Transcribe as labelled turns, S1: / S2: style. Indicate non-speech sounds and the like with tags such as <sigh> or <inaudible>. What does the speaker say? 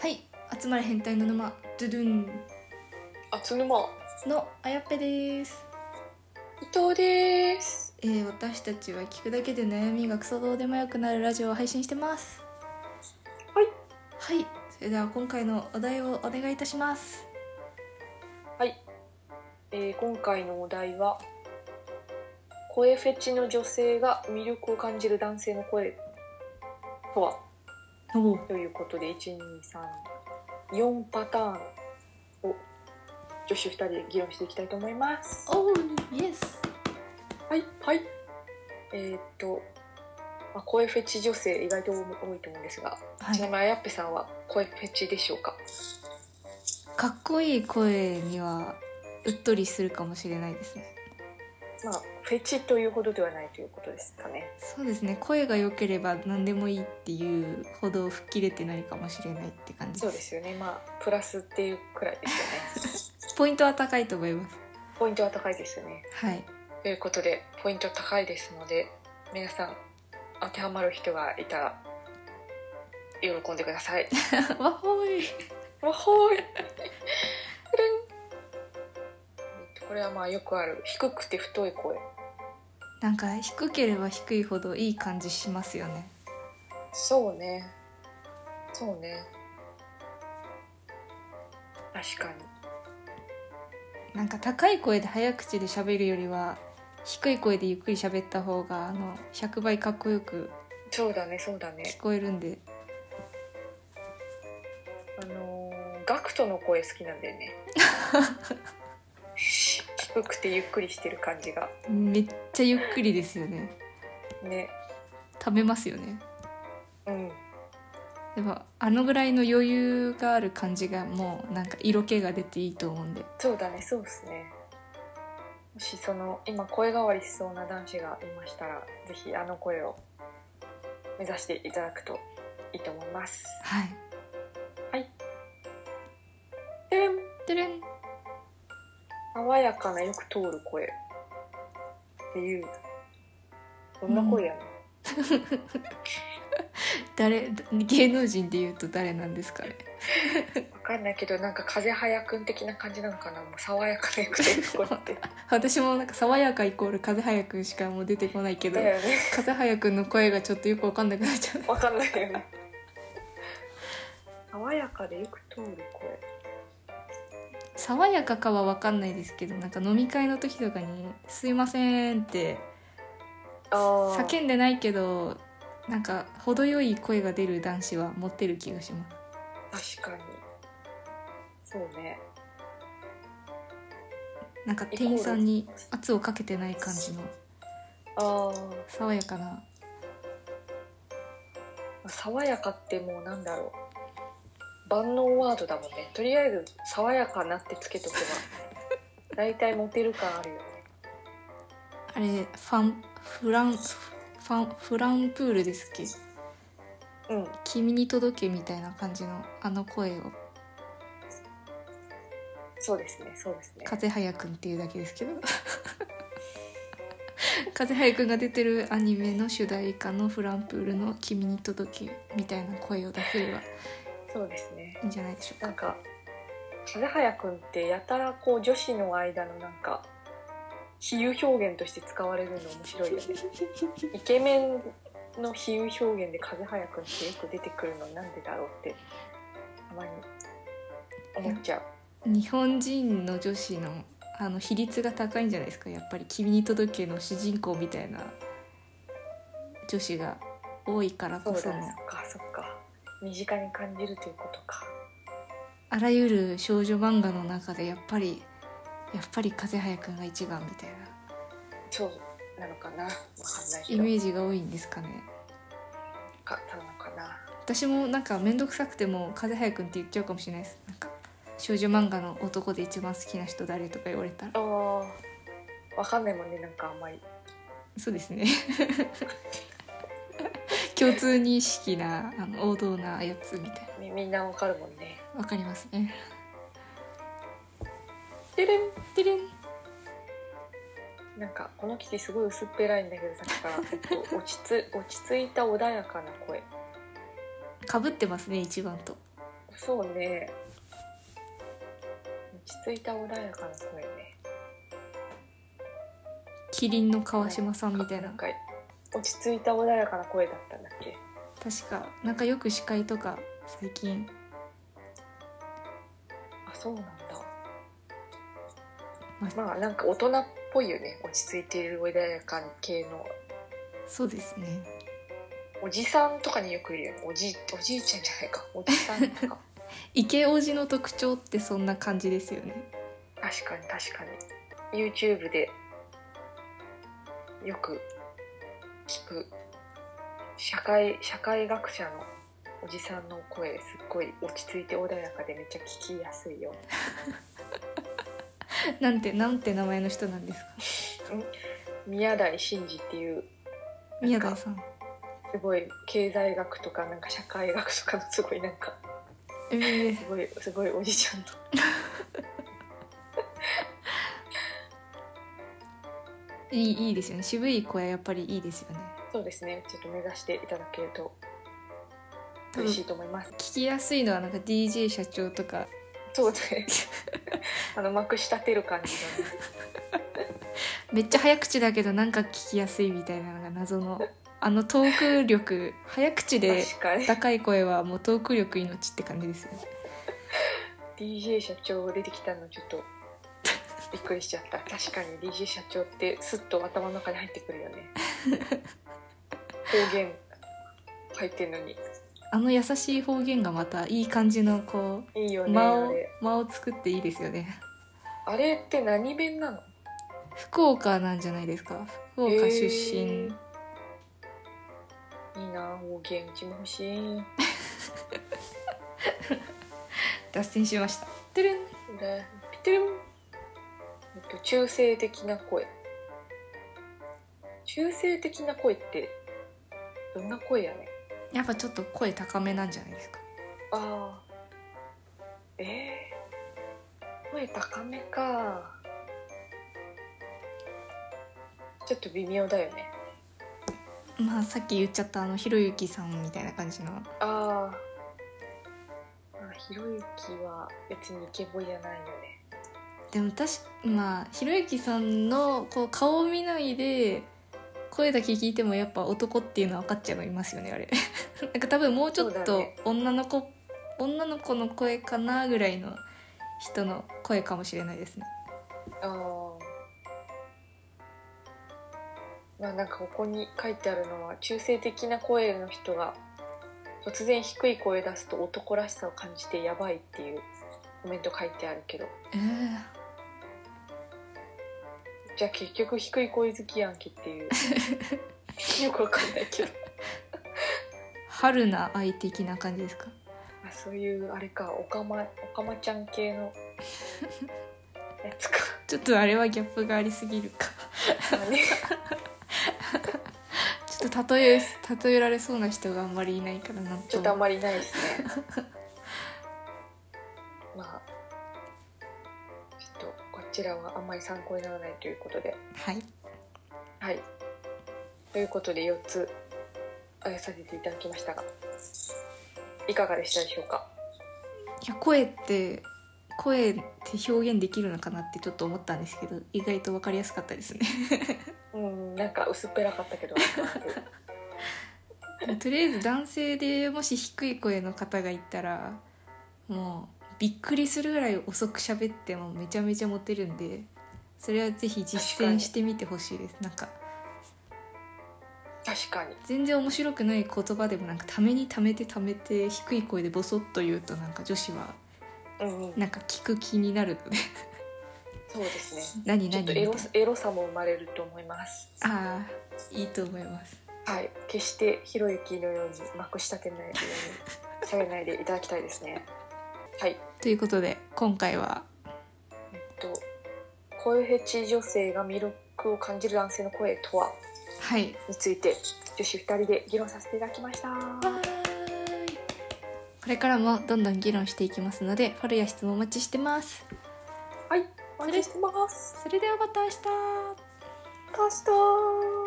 S1: はい集まれ変態の沼ドゥドゥン
S2: あつぬま
S1: のあやっぺです、
S2: 伊藤です
S1: えー、私たちは聞くだけで悩みがクソどうでもよくなるラジオを配信してます
S2: はい
S1: はいそれでは今回のお題をお願いいたします
S2: はい、えー今回のお題は声フェチの女性が魅力を感じる男性の声とは
S1: お
S2: ということで1234パターンを女子2人で議論していきたいと思います
S1: おイエス
S2: はいはいえーっと、まあ、声フェチ女性意外と多いと思うんですが
S1: は
S2: ちないみにあやっぺさんは声フェチでしょうか
S1: かっこいい声にはうっとりするかもしれないですね
S2: まあフェチというほどではないということですかね
S1: そうですね声が良ければ何でもいいっていうほど吹っ切れてないかもしれないって感じ
S2: そうですよねまあプラスっていうくらい <laughs> ですよね
S1: ポイントは高いと思います
S2: ポイントは高いですよね
S1: はい
S2: ということでポイント高いですので皆さん当てはまる人がいたら喜んでくださ <laughs> い
S1: <laughs> わほい
S2: わほーいくるんえっとこれはまあよくある低くて太い声
S1: なんか低ければ低いほどいい感じしますよね
S2: そうねそうね確かに
S1: なんか高い声で早口で喋るよりは低い声でゆっくり喋った方があの100倍かっこよく
S2: そうだねそうだね
S1: 聞こえるんで
S2: あのー、ガクトの声好きなんだよね低くてゆっくりしてる感じが
S1: めっちゃゆっくりですよね
S2: ね
S1: 食べますよね
S2: うん
S1: でもあのぐらいの余裕がある感じがもうなんか色気が出ていいと思うんで
S2: そうだねそうっすねもしその今声変わりしそうな男子がいましたらぜひあの声を目指していただくといいと思います
S1: はい
S2: てれん
S1: てれん
S2: 爽やかなよく通る声っていうどんな声やね、
S1: 誰芸能人で言うと誰なんですかね
S2: ん、分かんないけどなんか風早くん的な感じなのかなもう爽やかなよく <laughs> 通る声って
S1: 私もなんか爽やかイコール風早くんしかもう出てこないけど
S2: だよね
S1: 風早くんの声がちょっとよくわかんなくなっちゃう
S2: わかんないよね。爽やかでよく通る声。
S1: 爽やかかはわかんないですけどなんか飲み会の時とかに「すいません」って
S2: あ
S1: 叫んでないけどなんか程よい声が出る男子は持ってる気がします
S2: 確かに。そうね。
S1: なんか店員さんに圧をかけてない感じの
S2: あ
S1: 爽やかな
S2: あ、爽やかってもうなんだろう。万能ワードだもんね。とりあえず爽やかなってつけとけば、だいたいモテる感あるよね。
S1: あれファンフランファンフランプールですっけ
S2: うん。
S1: 「君に届け」みたいな感じのあの声を
S2: そうですね。そうですね。
S1: 風早くんっていうだけですけど <laughs> 風早くんが出てるアニメの主題歌のフランプールの「君に届け」みたいな声を出せればい
S2: そうですね。
S1: いんじゃないでしょう
S2: な
S1: か
S2: んか風早くんってやたらこう女子の間のなんか比喩表現として使われるの面白いよねイケメンの比喩表現で風早くんってよく出てくるのなんでだろうってたまに思っちゃう
S1: 日本人の女子のあの比率が高いんじゃないですかやっぱり「君に届け」の主人公みたいな女子が多いから
S2: そう
S1: こそ
S2: だそっ
S1: の
S2: かそっか身近に感じるということか
S1: あらゆる少女漫画の中でやっぱりやっぱり風早くんが一番みたいな
S2: そうなのかなわかんないけ
S1: イ
S2: ど
S1: メ
S2: なん
S1: ージが多いんですかね
S2: かなのかな
S1: 私もなんか面倒くさくても「風早くん」って言っちゃうかもしれないですなんか少女漫画の男で一番好きな人誰とか言われたら
S2: あーわかんないもんねなんかあんまり
S1: そうです <laughs> ね共通認識なあの王道なやつみたい
S2: みみんなわかるもんね
S1: なわかりますね
S2: てれん
S1: てれん
S2: なんかこの記事すごい薄っぺらいんだけどさっきからえっと落ちつ落ち着いた穏やかな声
S1: かぶってますね一番と
S2: そうね落ち着いた穏やかな声ね
S1: キリンの川島さんみたいなん
S2: か落ち着いた穏やかな声だったんだっけ
S1: 確かなんかよく司会とか最近
S2: あそうなんだ
S1: まあ
S2: まあなんか大人っぽいよね落ち着いている穏やか系の
S1: そうですね
S2: おじさんとかによくいるよねおじおじいちゃんじゃないかおじさんとか
S1: 池王子の特徴ってそんな感じですよね
S2: 確かに確かに YouTube でよく聞く社会社会学者のおじさんの声すっごい落ち着いて穏やかでめっちゃ聞きやすいよ
S1: なんてなんて名前の人なんですか
S2: 宮台真司っていう
S1: 宮台さん
S2: すごい経済学とかなんか社会学とかのすごいなんか
S1: ええ
S2: すごいすごいおじちゃんの
S1: いいいいですよね渋い声やっぱりいいですよね
S2: そうですねちょっと目指していただけると
S1: 多分
S2: 嬉しい
S1: 聞
S2: と思います、
S1: きやすいのはなんか DJ 社長とか
S2: そうね <laughs> あのまくし立てる感じの
S1: めっちゃ早口だけどなんか聞きやすいみたいなのが謎のあのトーク力早口で
S2: 確かに
S1: 高い声はもうトーク力命って感じですよね
S2: DJ 社長出てきたのちょっとびっくりしちゃった確かに DJ 社長ってスッと頭の中に入ってくるよね方言入ってんのに
S1: あの優しい方言がまたいい感じのこ
S2: いいよ
S1: う
S2: ね
S1: 間
S2: あ
S1: を
S2: れ
S1: 間を作っていいですよね
S2: あれって何弁なの
S1: 福岡なんじゃないですか福岡出身、
S2: いいな方言うちも欲しい
S1: 脱線しましたてるん
S2: でピテルンえっと中性的な声中性的な声ってどんな声やね
S1: やっぱちょっと声高めなんじゃないですか
S2: ああえー、声高めかちょっと微妙だよね
S1: まあさっき言っちゃったあのひろゆきさんみたいな感じの
S2: ああまあひろゆきは別にイケボじゃないよね
S1: でも確かまあひろゆきさんのこう顔を見ないで声だけ聞いてもやっぱ男っていうのは分かっちゃいますよねあれ <laughs> なんか多分もうちょっ
S2: そうだ
S1: と
S2: ね
S1: 女の子、女の子の声かなぐらいの人の声かもしれないですね
S2: ああまあなんかここに書いてあるのは中性的な声の人が突然低い声出すと男らしさを感じてやばいっていうコメント書いてあるけど
S1: え
S2: じゃあ結局低い声好きやんけっていうよくわかんないけど
S1: 春な愛的な感じですか
S2: あそういうあれかおかまおかまちゃん系のやつか
S1: ちょっとあれはギャップがありすぎるか <laughs>
S2: まあね
S1: ちょっと例え例えられそうな人があんまりいないからなん
S2: ちょ
S1: と
S2: っとあん
S1: も
S2: まりないですねまあちょっとこちらはあんまり参考にならないということで
S1: はい
S2: はいということで4つ挙げさせていただきましたがいかがでしたでしょうか
S1: いや声って声って表現できるのかなってちょっと思ったんですけど意外と分かりやすかった <laughs> ですね
S2: うんなんか薄っぺらかったけどなんとなく
S1: とりあえず男性でもし低い声の方がいたらもうびっくりするぐらい遅く喋ってもめちゃめちゃモテるんでそれはぜひ実践してみてほしいですなんか
S2: 確かに
S1: 全然面白くない言葉でもなんかためにためてためて低い声でボソッと言うとなんか女子は
S2: うんうん
S1: なんか聞く気になるので
S2: そうです
S1: <laughs>
S2: ね
S1: 何
S2: ちょ
S1: 何
S2: っとエロ
S1: みたいな
S2: エロさも生まれると思います
S1: ああいいと思います
S2: はい決してひろゆきのようにまくしたてないように喋らないでいただきたいですねはい
S1: ということで今回は
S2: えっと声フェチ女性が魅力を感じる男性の声とは
S1: はい
S2: について女子2人で議論させていただきました
S1: これからもどんどん議論していきますのでフォローや質問お待ちしてます
S2: はいお待ちしてます
S1: それではまた明日
S2: 明日